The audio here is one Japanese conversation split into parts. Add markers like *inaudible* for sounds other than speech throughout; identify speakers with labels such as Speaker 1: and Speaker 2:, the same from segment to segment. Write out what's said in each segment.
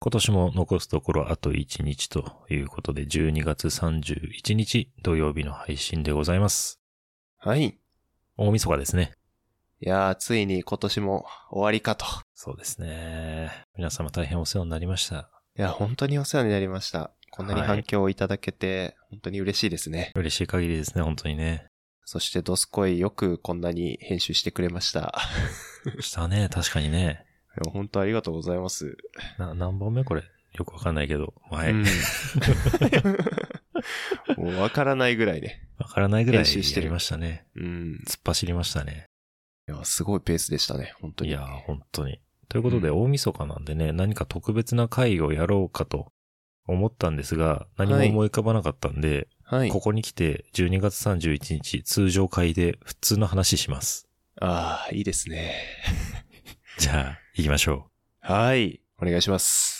Speaker 1: 今年も残すところあと1日ということで、12月31日土曜日の配信でございます。
Speaker 2: はい。い
Speaker 1: 大晦日ですね。
Speaker 2: やー、ついに今年も終わりかと。
Speaker 1: そうですね。皆様大変お世話になりました。
Speaker 2: いや、本当にお世話になりました。こんなに
Speaker 1: はい
Speaker 2: 反響をいただけて、本当に嬉しいですね。
Speaker 1: 嬉しい限りですね、本当にね。
Speaker 2: そして、ドスコイよくこんなに編集してくれました。 *laughs*
Speaker 1: したね、確かにね。
Speaker 2: いや本当ありがとうございます。
Speaker 1: な、何本目これよくわかんないけど。はい。
Speaker 2: う
Speaker 1: わ
Speaker 2: ん、 *laughs* もうわからないぐらいね。
Speaker 1: からないぐらい
Speaker 2: 練習して
Speaker 1: や
Speaker 2: る
Speaker 1: りましたね。
Speaker 2: うん。
Speaker 1: 突っ走りましたね。
Speaker 2: いや、すごいペースでしたね、本当
Speaker 1: い
Speaker 2: に。
Speaker 1: やー、本当に。ということで、
Speaker 2: う
Speaker 1: 大晦日なんでね、何か特別な会をやろうかと思ったんですが、何も
Speaker 2: はい
Speaker 1: 思い浮かばなかったんで、
Speaker 2: はい。
Speaker 1: ここに来て、12月31日、通常会で普通の話します。 *laughs*
Speaker 2: ああ、いいですね。
Speaker 1: じゃあ、行きましょ
Speaker 2: はい。お願いします。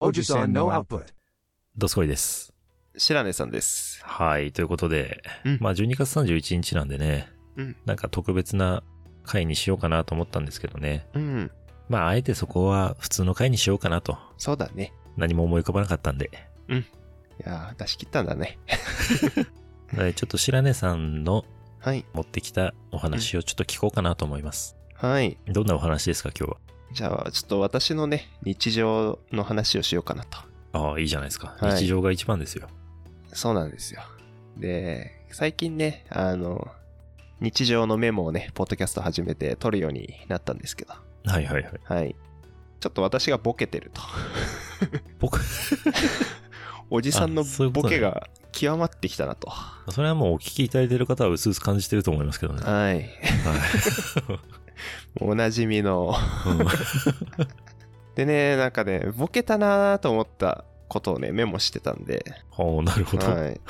Speaker 3: Ojusan no output.
Speaker 1: う。どすこいです。
Speaker 2: 白根さんです。
Speaker 1: はい、ということで、
Speaker 2: うん
Speaker 1: まあ12月31日なんでね、
Speaker 2: うん
Speaker 1: なんか特別な会にしようかなと思ったんですけどね、
Speaker 2: うん。
Speaker 1: まああえてそこは普通の会にしようかなと、
Speaker 2: そうだね。
Speaker 1: 何も思い浮かばなかったんで、
Speaker 2: いやー、出し切ったんだね。
Speaker 1: はいちょっと白根さんの
Speaker 2: はい。
Speaker 1: 持ってきたお話をちょっと聞こうかなと思います。
Speaker 2: はい。
Speaker 1: どんなお話ですか、今日は。
Speaker 2: じゃあ、ちょっと私のね、日常の話をしようかなと。
Speaker 1: ああ、いいじゃないですか。
Speaker 2: はい
Speaker 1: 日常が一番ですよ。
Speaker 2: そうなんですよ。で、最近ね、あの、日常のメモをね、ポッドキャスト始めて撮るようになったんですけど、
Speaker 1: はいはいはい。
Speaker 2: はい。ちょっと私がボケてると。 *laughs*
Speaker 1: 僕、
Speaker 2: おじさんの
Speaker 1: あそういうこと
Speaker 2: ボ
Speaker 1: ね
Speaker 2: ケが極まってきたなと。は。
Speaker 1: それはもうお聞きいただいてる方は薄々感じてると思いますけどね。はい
Speaker 2: *laughs* おなじみの。
Speaker 1: い。うん *laughs*
Speaker 2: でね、なんかね、ボケたなーと思ったことをね、メモしてたんで、
Speaker 1: おーなるほど。
Speaker 2: はい。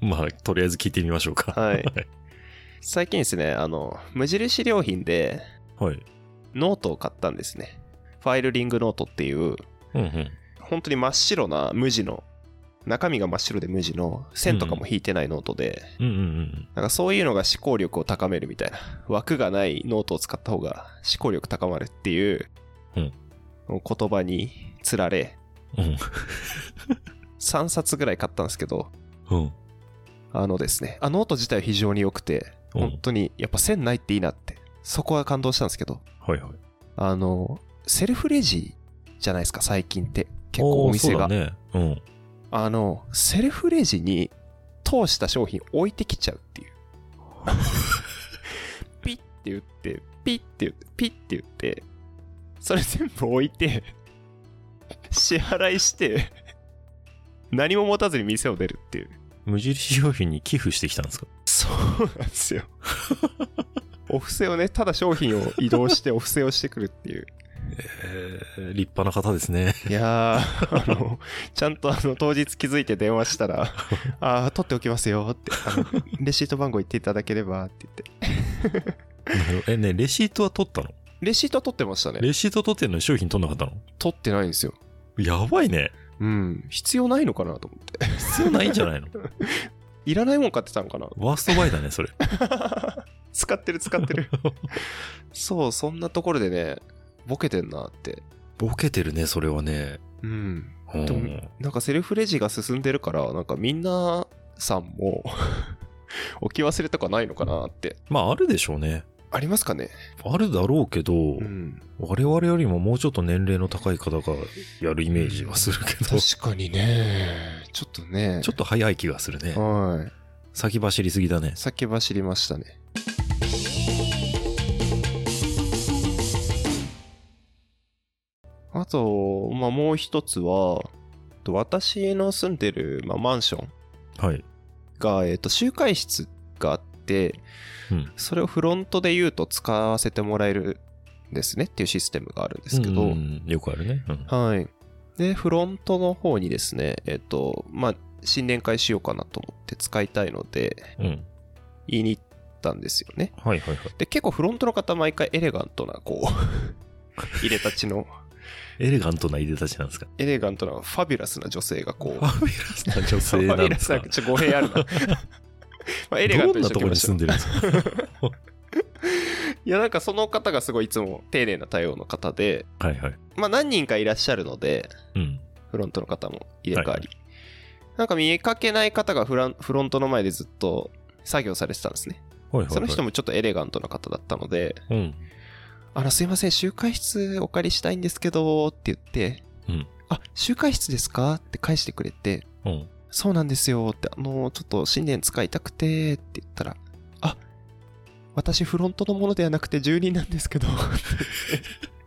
Speaker 1: *laughs* まあ、とりあえず聞いてみましょうか。
Speaker 2: はい。最近ですね、あの、無印良品で
Speaker 1: はい。
Speaker 2: ノートを買ったんですね。ファイルリングノートっていう、
Speaker 1: うんうん。
Speaker 2: 本当に真っ白な無地の、中身が真っ白で無地の、線とかも引いてないノートで、
Speaker 1: うんうんうん。
Speaker 2: なんかそういうのが思考力を高めるみたいな、枠がないノートを使った方が思考力高まるっていう、
Speaker 1: うん
Speaker 2: 言葉につられ、
Speaker 1: うん。
Speaker 2: 3冊ぐらい買ったんですけど、
Speaker 1: うん。
Speaker 2: あのですね、あノート自体は非常に良くて、
Speaker 1: うん
Speaker 2: 本当にやっぱ線ないっていいなって、そこは感動したんですけど、
Speaker 1: はいはい。
Speaker 2: あの、セルフレジじゃないですか、最近って。結構お店
Speaker 1: ーそ
Speaker 2: が。
Speaker 1: うだね。うん。
Speaker 2: あの、セルフレジに通した商品置いてきちゃ
Speaker 1: *laughs*
Speaker 2: うっていう。ピッて言って、ピッて言って、ピッて言って、それ全部置いて、支払いして、何も持たずに店を出るっていう。
Speaker 1: 無印良品に寄付してきたんですか
Speaker 2: そうなんで
Speaker 1: *laughs*
Speaker 2: すよ。お布施をね、ただ商品を移動してお布施をしてくるっていう。
Speaker 1: えー、立派な方ですね。 *laughs*
Speaker 2: いやー、あの、ちゃんとあの当日気づいて電話した *laughs* ら、あー、取っておきますよって、あのレシート番号言っていただければって言って。
Speaker 1: え、ね、レシートは取ったの
Speaker 2: レシート取ってましたね。
Speaker 1: レシート取ってんのに商品取んなかったの
Speaker 2: 取ってないんですよ。
Speaker 1: やばいね。
Speaker 2: うん。必要ないのかなと思って。
Speaker 1: 必要ないんじゃ
Speaker 2: *laughs*
Speaker 1: ないの
Speaker 2: いらないもん買ってたのかな *laughs*
Speaker 1: ワーストバイだね、それ。
Speaker 2: 使ってる使って *laughs* る。そう、そんなところでね、ボケてんなって。
Speaker 1: ボケてるね、それはね。
Speaker 2: うん。
Speaker 1: うん
Speaker 2: でもなんかセルフレジが進んでるから、なんかみんなさん *laughs* も置き忘れとかないのかなって。
Speaker 1: まあ、あるでしょうね。
Speaker 2: ありますかね
Speaker 1: あるだろうけど、
Speaker 2: うん。
Speaker 1: 我々よりももうちょっと年齢の高い方がやるイメージはするけど、ち
Speaker 2: 確かにね。ちょっとね。
Speaker 1: ょっと早い気がするね。
Speaker 2: は
Speaker 1: 先走りすぎだね
Speaker 2: い。。先走りましたね。あと、まあ、もう一つは、と私の住んでる、まあ、マンション
Speaker 1: はい。
Speaker 2: が、えっと、集会室があって、
Speaker 1: うん。
Speaker 2: それをフロントで言うと使わせてもらえるんですねっていうシステムがあるんですけど、
Speaker 1: うんうんよくあるね。うん
Speaker 2: はい。で、フロントの方にですね、えっ、と、まあ、新年会しようかなと思って使いたいので、
Speaker 1: うん。
Speaker 2: 言いに行ったんですよね。
Speaker 1: はいはいはい。
Speaker 2: で、結構フロントの方、毎回エレガントな、こう、
Speaker 1: *laughs*
Speaker 2: 入れたちの、
Speaker 1: エレガントないでたちなんですか
Speaker 2: エレガントな、ファビュラスな女性がこ
Speaker 1: フ
Speaker 2: う、
Speaker 1: ァビュラスな女性
Speaker 2: フ
Speaker 1: な
Speaker 2: ァビ
Speaker 1: ん
Speaker 2: ュラ
Speaker 1: で
Speaker 2: ス
Speaker 1: す
Speaker 2: な
Speaker 1: か
Speaker 2: んかちょっと語弊ある
Speaker 1: *laughs*
Speaker 2: な。まあ、エレガ
Speaker 1: ど
Speaker 2: ント
Speaker 1: ん
Speaker 2: に
Speaker 1: な
Speaker 2: し
Speaker 1: と
Speaker 2: とき
Speaker 1: ころ
Speaker 2: ま
Speaker 1: に
Speaker 2: し
Speaker 1: 住。
Speaker 2: ょうん
Speaker 1: でるんですか
Speaker 2: いや、なんかその方がすごいいつも丁寧な対応の方で、 *laughs*
Speaker 1: はいはい。
Speaker 2: まあ何人かいらっしゃるので、
Speaker 1: うん。
Speaker 2: フロントの方も入れ替わ
Speaker 1: はいは
Speaker 2: り。なんか見かけない方がフランフロントの前でずっと作業されてたんですね。
Speaker 1: はいはい、はい。
Speaker 2: その人もちょっとエレガントな方だったので、
Speaker 1: うん。
Speaker 2: あの、すいません、集会室お借りしたいんですけど、って言って、
Speaker 1: うん
Speaker 2: あ、集会室ですかって返してくれて、
Speaker 1: うん。
Speaker 2: そうなんですよって、あの、ちょっと新年使いたくて、って言ったら、あ、私フロントのものではなくて住人なんですけど、って言って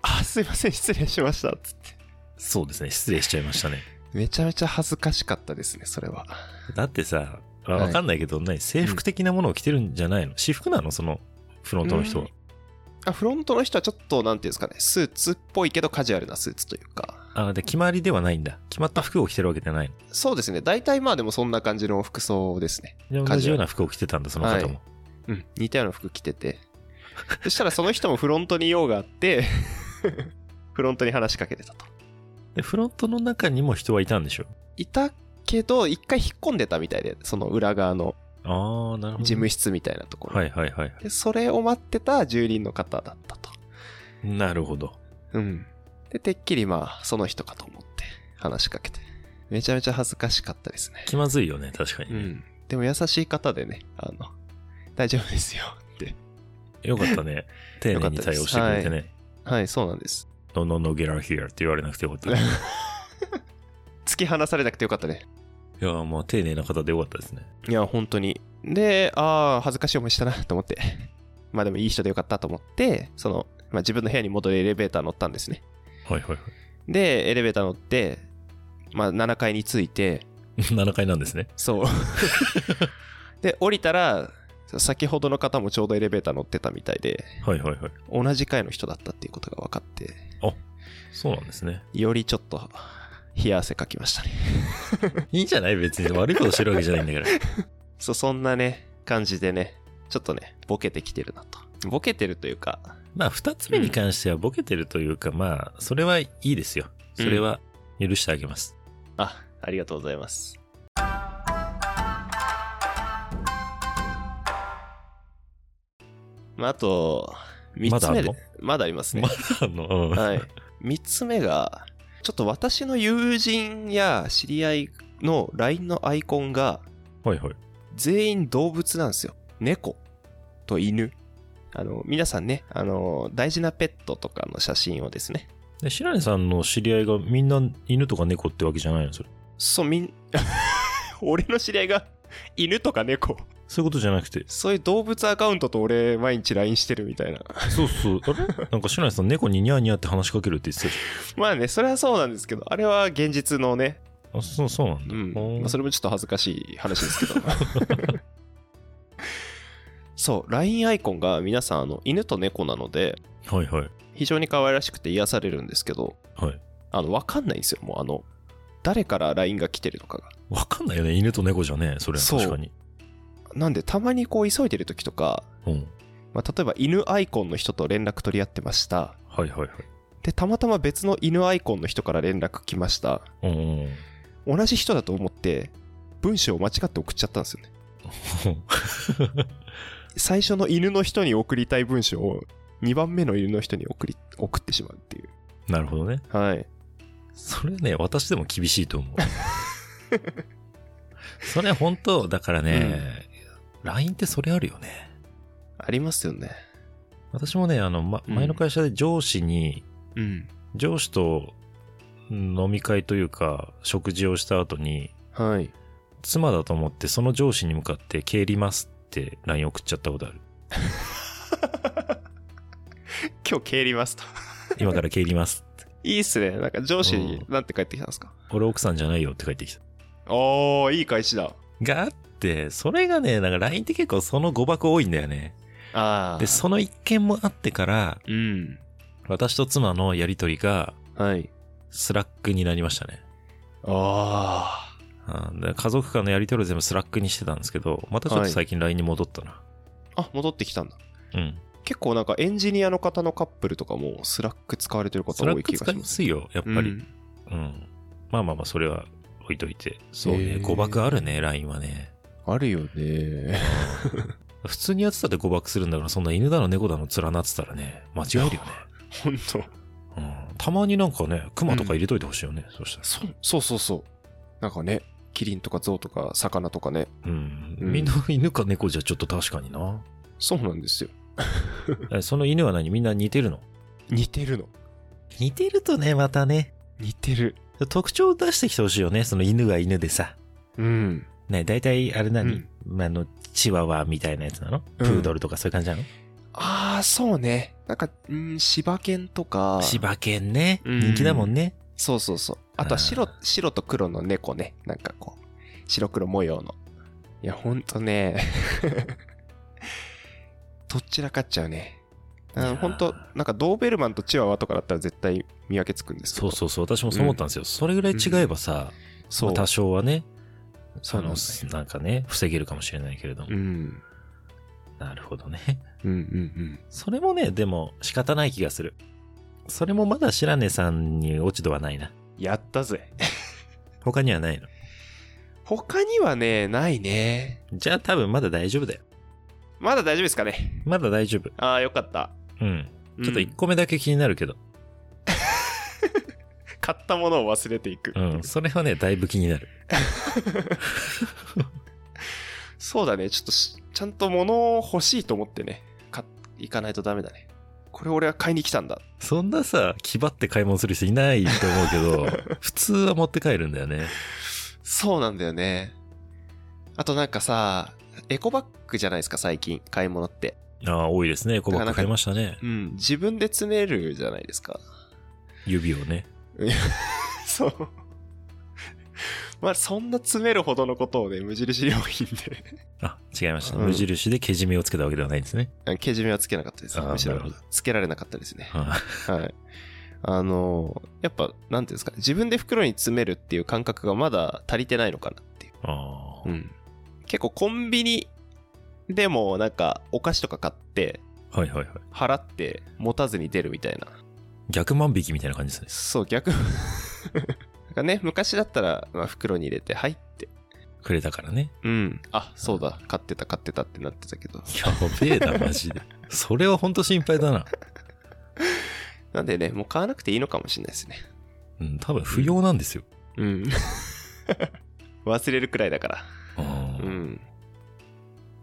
Speaker 2: あ、すいません、失礼しました、つって。
Speaker 1: そうですね。失礼しちゃいましたね。
Speaker 2: めちゃめちゃ恥ずかしかったですね、それは。
Speaker 1: だってさ、あ
Speaker 2: はい
Speaker 1: わかんないけど、ね、制服的なものを着てるんじゃないの、私服なのその、フロントの人は。
Speaker 2: あフロントの人はちょっと、なんていうんですかね、スーツっぽいけどカジュアルなスーツというか、
Speaker 1: あ、で、決まりではないんだ。決まった服を着てるわけじゃないの。
Speaker 2: そうですね、大体まあでもそんな感じの服装ですね。
Speaker 1: で同
Speaker 2: カジ
Speaker 1: じ
Speaker 2: ュアル
Speaker 1: ような服を着てたんだ、その方も。
Speaker 2: うん、似たような服着てて。そしたらその人もフロントに用があって、 *laughs* フロントに話しかけてたと。
Speaker 1: で、フロントの中にも人はいたんでしょ
Speaker 2: いたけど、一回引っ込んでたみたいで、その裏側の
Speaker 1: ああ、なるほど。
Speaker 2: 事務室みたいなところ。
Speaker 1: はいはいはい。
Speaker 2: でそれを待ってた住人の方だったと。
Speaker 1: なるほど。
Speaker 2: うん。で、てっきりまあ、その人かと思って話しかけて。めちゃめちゃ恥ずかしかったですね。
Speaker 1: 気まずいよね、確かに
Speaker 2: う
Speaker 1: ね、
Speaker 2: ん。でも優しい方でね、あの、大丈夫ですよ *laughs* って。
Speaker 1: よかった
Speaker 2: *laughs*
Speaker 1: ね。丁寧に対応してくれてね。
Speaker 2: はい、そうなんです。 *laughs*
Speaker 1: No, no, no, get out here って言われなくてよかった。い
Speaker 2: 突き放されなくてよかったね。
Speaker 1: やー、まあ、丁寧な方でよかったですね。
Speaker 2: いや、本当に。で、ああ、恥ずかしい思いしたなと思って。 *laughs* まあでもいい人でよかったと思って、その、まあ、自分の部屋に戻るエレベーター乗ったんですね。
Speaker 1: はいはいはい。 *laughs*
Speaker 2: で、エレベーター乗って、まあ7階に着いて、
Speaker 1: 7階なんですね。
Speaker 2: *laughs* そう。で、降りたら、先ほどの方もちょうどエレベーター乗ってたみたいで、
Speaker 1: はいはいはい。
Speaker 2: 同じ階の人だったっていうことが分かって、
Speaker 1: そうなんです
Speaker 2: *laughs*
Speaker 1: ね。
Speaker 2: よりちょっと、冷や汗かきましたね。
Speaker 1: いいんじゃない別に。悪いことしてるわけじゃないんだ
Speaker 2: *laughs*
Speaker 1: から。
Speaker 2: そう、そんなね、感じでね、ちょっとね、ボケてきてるなと。ボケてるというか、
Speaker 1: まあ、二つ目に関してはボケてるというか、まあ、それはいいですよ。それは許してあげます。
Speaker 2: あ、ありがとうございます。まあ、あと、3
Speaker 1: ま
Speaker 2: つ
Speaker 1: だあ
Speaker 2: 目
Speaker 1: ん
Speaker 2: で
Speaker 1: の
Speaker 2: まだありますね。
Speaker 1: まだあんの、うん
Speaker 2: *laughs* はい。3つ目が、ちょっと私の友人や知り合いの LINE のアイコンが
Speaker 1: はいはい。
Speaker 2: 全員動物なんですよ。猫と犬。あの、皆さんね、あの、大事なペットとかの写真をですね。
Speaker 1: で白根さんの知り合いがみんな犬とか猫ってわけじゃないのそれ。
Speaker 2: そう、みん、 *laughs* 俺の知り合いが犬とか猫。
Speaker 1: そういうことじゃなくて。
Speaker 2: そういう動物アカウントと俺、毎日 LINE してるみたいな。
Speaker 1: そうそう。 *laughs* あれなんか白根さん猫にニャーニャーって話しかけるって言ってたじ
Speaker 2: まあね、それはそうなんですけど、あれは現実のね、
Speaker 1: ゃん。あ、そう、そうなんだ。
Speaker 2: うん。
Speaker 1: おー
Speaker 2: まあ、それもちょっと恥ずかしい話です
Speaker 1: *laughs*
Speaker 2: けど。そう、LINE アイコンが皆さん、あの、犬と猫なので、
Speaker 1: はいはい。
Speaker 2: 非常に可愛らしくて癒されるんですけど、
Speaker 1: はい。
Speaker 2: あの、わかんないんですよ、もうあの、誰から LINE が来てるのかが。
Speaker 1: わかんないよね。犬と猫じゃねそれは
Speaker 2: そう
Speaker 1: 確かに。
Speaker 2: なんで、たまにこう、急いでる時とか、
Speaker 1: うん。
Speaker 2: まあ、例えば犬アイコンの人と連絡取り合ってました。
Speaker 1: はいはいはい。
Speaker 2: で、たまたま別の犬アイコンの人から連絡来ました。
Speaker 1: うんうん *laughs* うん。
Speaker 2: 同じ人だと思って文章を間違って送っちゃったんですよね最初の犬の人に送りたい文章を2番目の犬の人に送り送ってしまうっていう
Speaker 1: なるほどね。
Speaker 2: はい
Speaker 1: それね、私でも厳しいと思 *laughs* う。それ本当、だからね、LINE ってそれあるよね。
Speaker 2: ありますよね
Speaker 1: 私もね、あの、ま、
Speaker 2: うん
Speaker 1: 前の会社で上司に、
Speaker 2: うん
Speaker 1: 上司と飲み会というか、食事をした後に、
Speaker 2: はい
Speaker 1: 妻だと思って、その上司に向かって、帰りますって LINE 送っちゃったことあ
Speaker 2: *laughs*
Speaker 1: る。
Speaker 2: 今日帰りますと
Speaker 1: 今から帰ります。
Speaker 2: いいっすねなんか上司に
Speaker 1: う
Speaker 2: なんて帰ってきたんですか
Speaker 1: 俺奥さんじゃないよって帰ってきた。
Speaker 2: おーいい返しだ
Speaker 1: があって、それがね、なんか LINE って結構その誤爆多いんだよね。
Speaker 2: あ
Speaker 1: で、その一件もあってから、
Speaker 2: うん
Speaker 1: 私と妻のやりとりが、
Speaker 2: はい
Speaker 1: スラックになりましたね。
Speaker 2: あ
Speaker 1: うんで家族間のやり取りを全部スラックにしてたんですけど、またちょっと最近 LINE に戻ったな。
Speaker 2: ああ戻ってきたんだ
Speaker 1: うん。
Speaker 2: 結構なんかエンジニアの方のカップルとかもスラック使われてる方
Speaker 1: スラ
Speaker 2: 多
Speaker 1: ッ
Speaker 2: い
Speaker 1: ク
Speaker 2: 気
Speaker 1: 使
Speaker 2: がし
Speaker 1: いや
Speaker 2: ます。
Speaker 1: すいよ、やっぱり。
Speaker 2: う
Speaker 1: うん
Speaker 2: ん。
Speaker 1: まあまあまあ、それは置いといて。そう
Speaker 2: へ
Speaker 1: ね。
Speaker 2: ー
Speaker 1: 誤爆あるね、LINE はね。
Speaker 2: あるよね。
Speaker 1: 普通にやってたって誤爆するんだから、そんな犬だの猫だの連なってたらね、間違えるよね。
Speaker 2: ほんと。
Speaker 1: うん、たまになんかね、熊とか入れといてほしいよね、そしたら。
Speaker 2: そうそうそうそう。なんかね、キリンとかゾウとか魚とかね。
Speaker 1: うん。
Speaker 2: うん
Speaker 1: みんな犬か猫じゃちょっと確かにな。
Speaker 2: そうなんですよ。
Speaker 1: えその犬は何みんな似てるの
Speaker 2: 似てるの。
Speaker 1: 似てるとね、またね。
Speaker 2: 似てる。
Speaker 1: 特徴を出してきてほしいよね、その犬が犬でさ。
Speaker 2: うん。
Speaker 1: ね、大体あれ何、
Speaker 2: うん
Speaker 1: まああの、チワワみたいなやつなのプードルとかそういう感じなの、
Speaker 2: ああ、そうね。なんか、うん、柴犬とか。
Speaker 1: 柴犬ね。
Speaker 2: うん
Speaker 1: 人気だもんね。
Speaker 2: そうそうそう。あとは白、白と黒の猫ね。なんかこう、白黒模様の。いや、ほんとね。 *laughs* どっちらかっちゃうね。
Speaker 1: いや
Speaker 2: あ
Speaker 1: ー
Speaker 2: ほんと、なんかドーベルマンとチワワとかだったら絶対見分けつくんですけ
Speaker 1: そ
Speaker 2: ど。
Speaker 1: うそうそう、私もそう思ったんですよ。それぐらい違えばさ、
Speaker 2: そ
Speaker 1: ま
Speaker 2: う。
Speaker 1: あ多少はね、そ
Speaker 2: なん
Speaker 1: の
Speaker 2: だよ、
Speaker 1: なんかね、防げるかもしれないけれども。
Speaker 2: うん。
Speaker 1: なるほどね。 *laughs*
Speaker 2: うんうんうん。
Speaker 1: それもね、でも仕方ない気がする。それもまだ白根さんに落ち度はないな。
Speaker 2: やったぜ。 *laughs*
Speaker 1: 他にはないの。
Speaker 2: 他にはね、ないね。
Speaker 1: じゃあ多分まだ大丈夫だよ。
Speaker 2: まだ大丈夫ですかね。
Speaker 1: まだ大丈夫。
Speaker 2: ああ、よかった。
Speaker 1: うん。ちょっと
Speaker 2: うん
Speaker 1: 1個目だけ気になるけど。
Speaker 2: 買ったものを忘れていく。
Speaker 1: うん。それはね、だいぶ気になる。
Speaker 2: そうだね。ちょっとし、ちゃんと物を欲しいと思ってね、買っていかないとダメだね。これ俺は買いに来たんだ。
Speaker 1: そんなさ、気張って買い物する人いないと思うけ *laughs* ど、普通は持って帰るんだよね。
Speaker 2: そうなんだよね。あとなんかさ、エコバッグじゃないですか、最近。買い物って。
Speaker 1: ああ、多いですね。エコバッグ買いましたね。
Speaker 2: うん。自分で詰めるじゃないですか。
Speaker 1: 指をね。
Speaker 2: *laughs* そう。まあ、そんな詰めるほどのことをね、無印良品で。
Speaker 1: あ、違いました。
Speaker 2: うん
Speaker 1: 無印でけじめをつけたわけではないんですね。
Speaker 2: けじめはつけなかったです。
Speaker 1: あー
Speaker 2: むしろ
Speaker 1: なるほど、
Speaker 2: つけられなかったですね。
Speaker 1: は
Speaker 2: はい。あの、やっぱ、なんていうんですか、自分で袋に詰めるっていう感覚がまだ足りてないのかなっていう。
Speaker 1: ああ
Speaker 2: う
Speaker 1: ー。
Speaker 2: ん。結構コンビニでもなんかお菓子とか買って、
Speaker 1: はいはいはい。
Speaker 2: 払って持たずに出るみたいな。
Speaker 1: 逆万引きみたいな感じですね。
Speaker 2: そう、逆。 *laughs* なんかね、昔だったら、まあ、袋に入れて、はいって。
Speaker 1: くれたからね。
Speaker 2: うん。あ、そうだ。買ってた、買ってたってなってたけど。
Speaker 1: やべえな、マジで。それはほんと心配だな。
Speaker 2: なんでね、もう買わなくていいのかもしれないですね。
Speaker 1: うん、多分不要なんですよ。
Speaker 2: うん。 *laughs* 忘れるくらいだから。
Speaker 1: うん
Speaker 2: うん。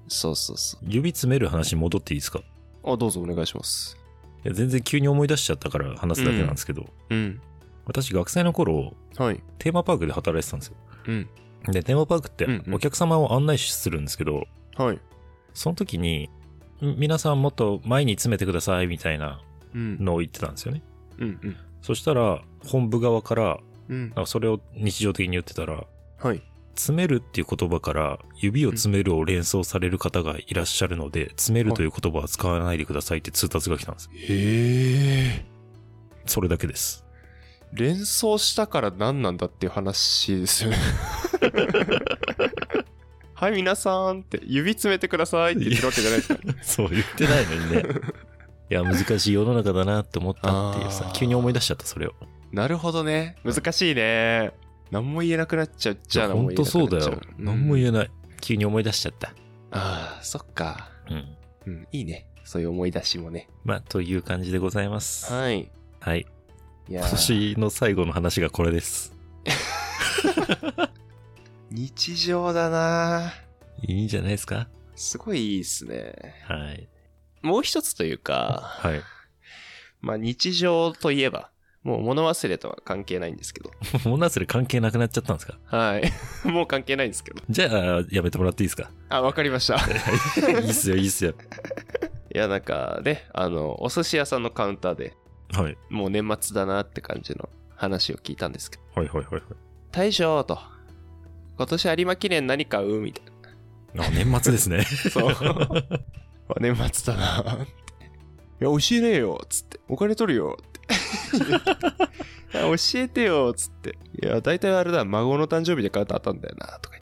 Speaker 2: そうそうそう。
Speaker 1: 指詰める話に戻っていいですかい
Speaker 2: あ、どうぞお願いします。
Speaker 1: や全然急に思い出しちゃったから話すだけなんですけど、
Speaker 2: うん。
Speaker 1: 私学生の頃、
Speaker 2: はい。
Speaker 1: テーマパークで働いてたんですよ。
Speaker 2: うん。
Speaker 1: で、テーマパークって
Speaker 2: うんうん
Speaker 1: お客様を案内するんですけど、
Speaker 2: はい。
Speaker 1: その時に、ん皆さんもっと前に詰めてくださいみたいな
Speaker 2: うん。
Speaker 1: のを言ってたんですよね。
Speaker 2: うん。うん。
Speaker 1: そしたら、本部側から、
Speaker 2: うん。
Speaker 1: なんかそれを日常的に言ってたら、
Speaker 2: はい。
Speaker 1: 詰めるっていう言葉から指を詰めるを連想される方がいらっしゃるので、詰めるという言葉は使わないでくださいって通達が来たんです。
Speaker 2: へえ。
Speaker 1: それだけです。
Speaker 2: 連想したから何なんだっていう話ですよ *laughs* ね。はい、皆さんって、指詰めてくださいって言ってるわけじゃないですか。
Speaker 1: *laughs* そう言ってないのにね。 *laughs* いや、難しい世の中だなって思ったっていうさ
Speaker 2: あ、ー
Speaker 1: 急に思い出しちゃった、それを。
Speaker 2: なるほどね。難しいね。何も言えなくなっちゃうじゃあ
Speaker 1: 本当そうだよ。何も言
Speaker 2: え
Speaker 1: えない。急に思い出しちゃった。
Speaker 2: ああ、そっか。
Speaker 1: うん。
Speaker 2: うん、いいね。そういう思い出しもね。
Speaker 1: まあ、という感じでございます。はい。
Speaker 2: はい。いや
Speaker 1: 今
Speaker 2: ー
Speaker 1: 年の最後の話がこれです。
Speaker 2: 日常だない
Speaker 1: いんじゃないですか
Speaker 2: すごいいいっすね。
Speaker 1: はい。
Speaker 2: もう一つというか、
Speaker 1: はい。
Speaker 2: まあ日常といえば、もう物忘れとは関係ないんですけど。
Speaker 1: 物忘れ関係なくなっちゃったんですか
Speaker 2: はい。 *laughs* もう関係ないんですけど。
Speaker 1: じゃあ、やめてもらっていいですか
Speaker 2: あ、わかりました。い
Speaker 1: いいっすよ、いいっすよ。
Speaker 2: や、なんかね、あの、お寿司屋さんのカウンターで
Speaker 1: はい。
Speaker 2: もう年末だなって感じの話を聞いたんですけど。
Speaker 1: はいはいはいはい。
Speaker 2: 大将と、今年有馬記念何買うみたい
Speaker 1: あ年末ですね。
Speaker 2: な。そう。あ年末だなって。いや、教えねえよっつって。お金取るよって。いや教えてよっつって。いや、大体あれだ、孫の誕生日でカウンターあったんだよなとか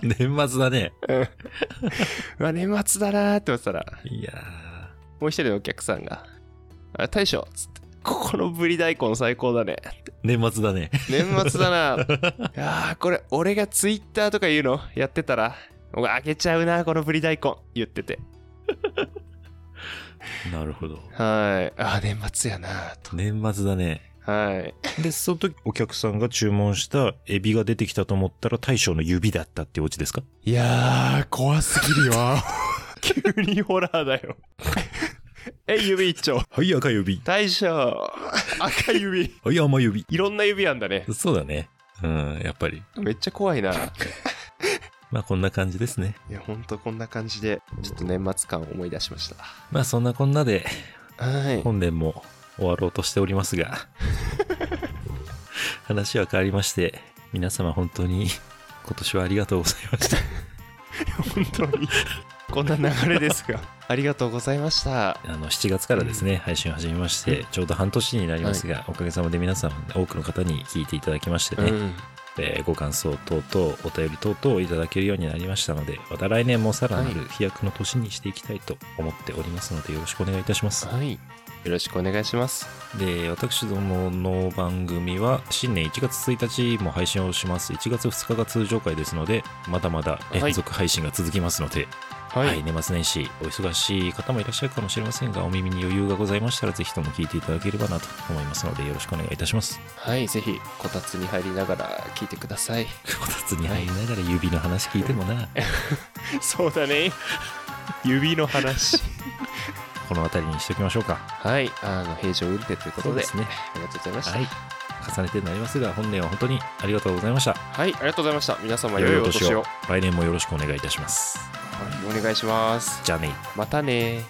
Speaker 2: 言って。
Speaker 1: 年末だね。
Speaker 2: うわ、年末だなーって思ってたら、
Speaker 1: いや
Speaker 2: もう一人のお客さんが、あ大将っつって、ここのぶり大根最高だね。
Speaker 1: 年末だね。
Speaker 2: 年末だ *laughs* な。いやーこれ、俺がツイッターとかいうのやってたら、僕あげちゃうな、このぶり大根。言ってて。
Speaker 1: なるほど。
Speaker 2: はい。あー、年末やなと。
Speaker 1: 年末だね。
Speaker 2: はい。
Speaker 1: で、その時お客さんが注文したエビが出てきたと思ったら大将の指だったっていうオチですか
Speaker 2: いやー、怖すぎるよ。 *laughs* 急にホラーだよ。え、指一丁。
Speaker 1: はい、赤指。
Speaker 2: 大将、赤指。
Speaker 1: はい、甘指。
Speaker 2: いろんな指あんだね。
Speaker 1: そうだね。うん、やっぱり。
Speaker 2: めっちゃ怖いな。い
Speaker 1: まあこんな感じですね。
Speaker 2: や、ほんとこんな感じで、ちょっと年末感を思い出しました。
Speaker 1: まあそんなこんなで
Speaker 2: はい。
Speaker 1: 本年も終わろうとしておりますが。話は変わりまして、皆様本当に今年はありがとうございました。
Speaker 2: 本当に。こんな流れです *laughs* が。ありがとうございました。
Speaker 1: あの7月からですね、配信を始めまして、ちょうど半年になりますが、おかげさまで皆さん、多くの方に聞いていただきましてね、
Speaker 2: ん。
Speaker 1: えーご感想等々、お便り等々をいただけるようになりましたので、また来年もさらなる飛躍の年にしていきたいと思っておりますので、よろしくお願いいたします。
Speaker 2: はい。よろしくお願いします。
Speaker 1: で、私どもの番組は、新年1月1日も配信をします。1月2日が通常回ですので、まだまだ連続配信が続きますので、
Speaker 2: は
Speaker 1: はい、年末年始、お忙しい方もいらっしゃるかもしれませんが、お耳に余裕がございましたら、ぜひとも聞いていただければなと思いますので、よろしくお願いいたします。
Speaker 2: はい。ぜひ、こたつに入りながら聞いてください。
Speaker 1: こたつに入りながら指の話聞いてもな。
Speaker 2: そうだね。指の話。
Speaker 1: この辺りにしておきましょうか。
Speaker 2: はい。あの、平常運転ということで、
Speaker 1: ね。
Speaker 2: ありがとうございました。
Speaker 1: はい。重ねてになりますが、本年は本当にありがとうございました。
Speaker 2: はい。ありがとうございました。皆様、良いお年を。
Speaker 1: 来年もよろしくお願いいたします。
Speaker 2: はいお願いします。
Speaker 1: じゃあね。
Speaker 2: またね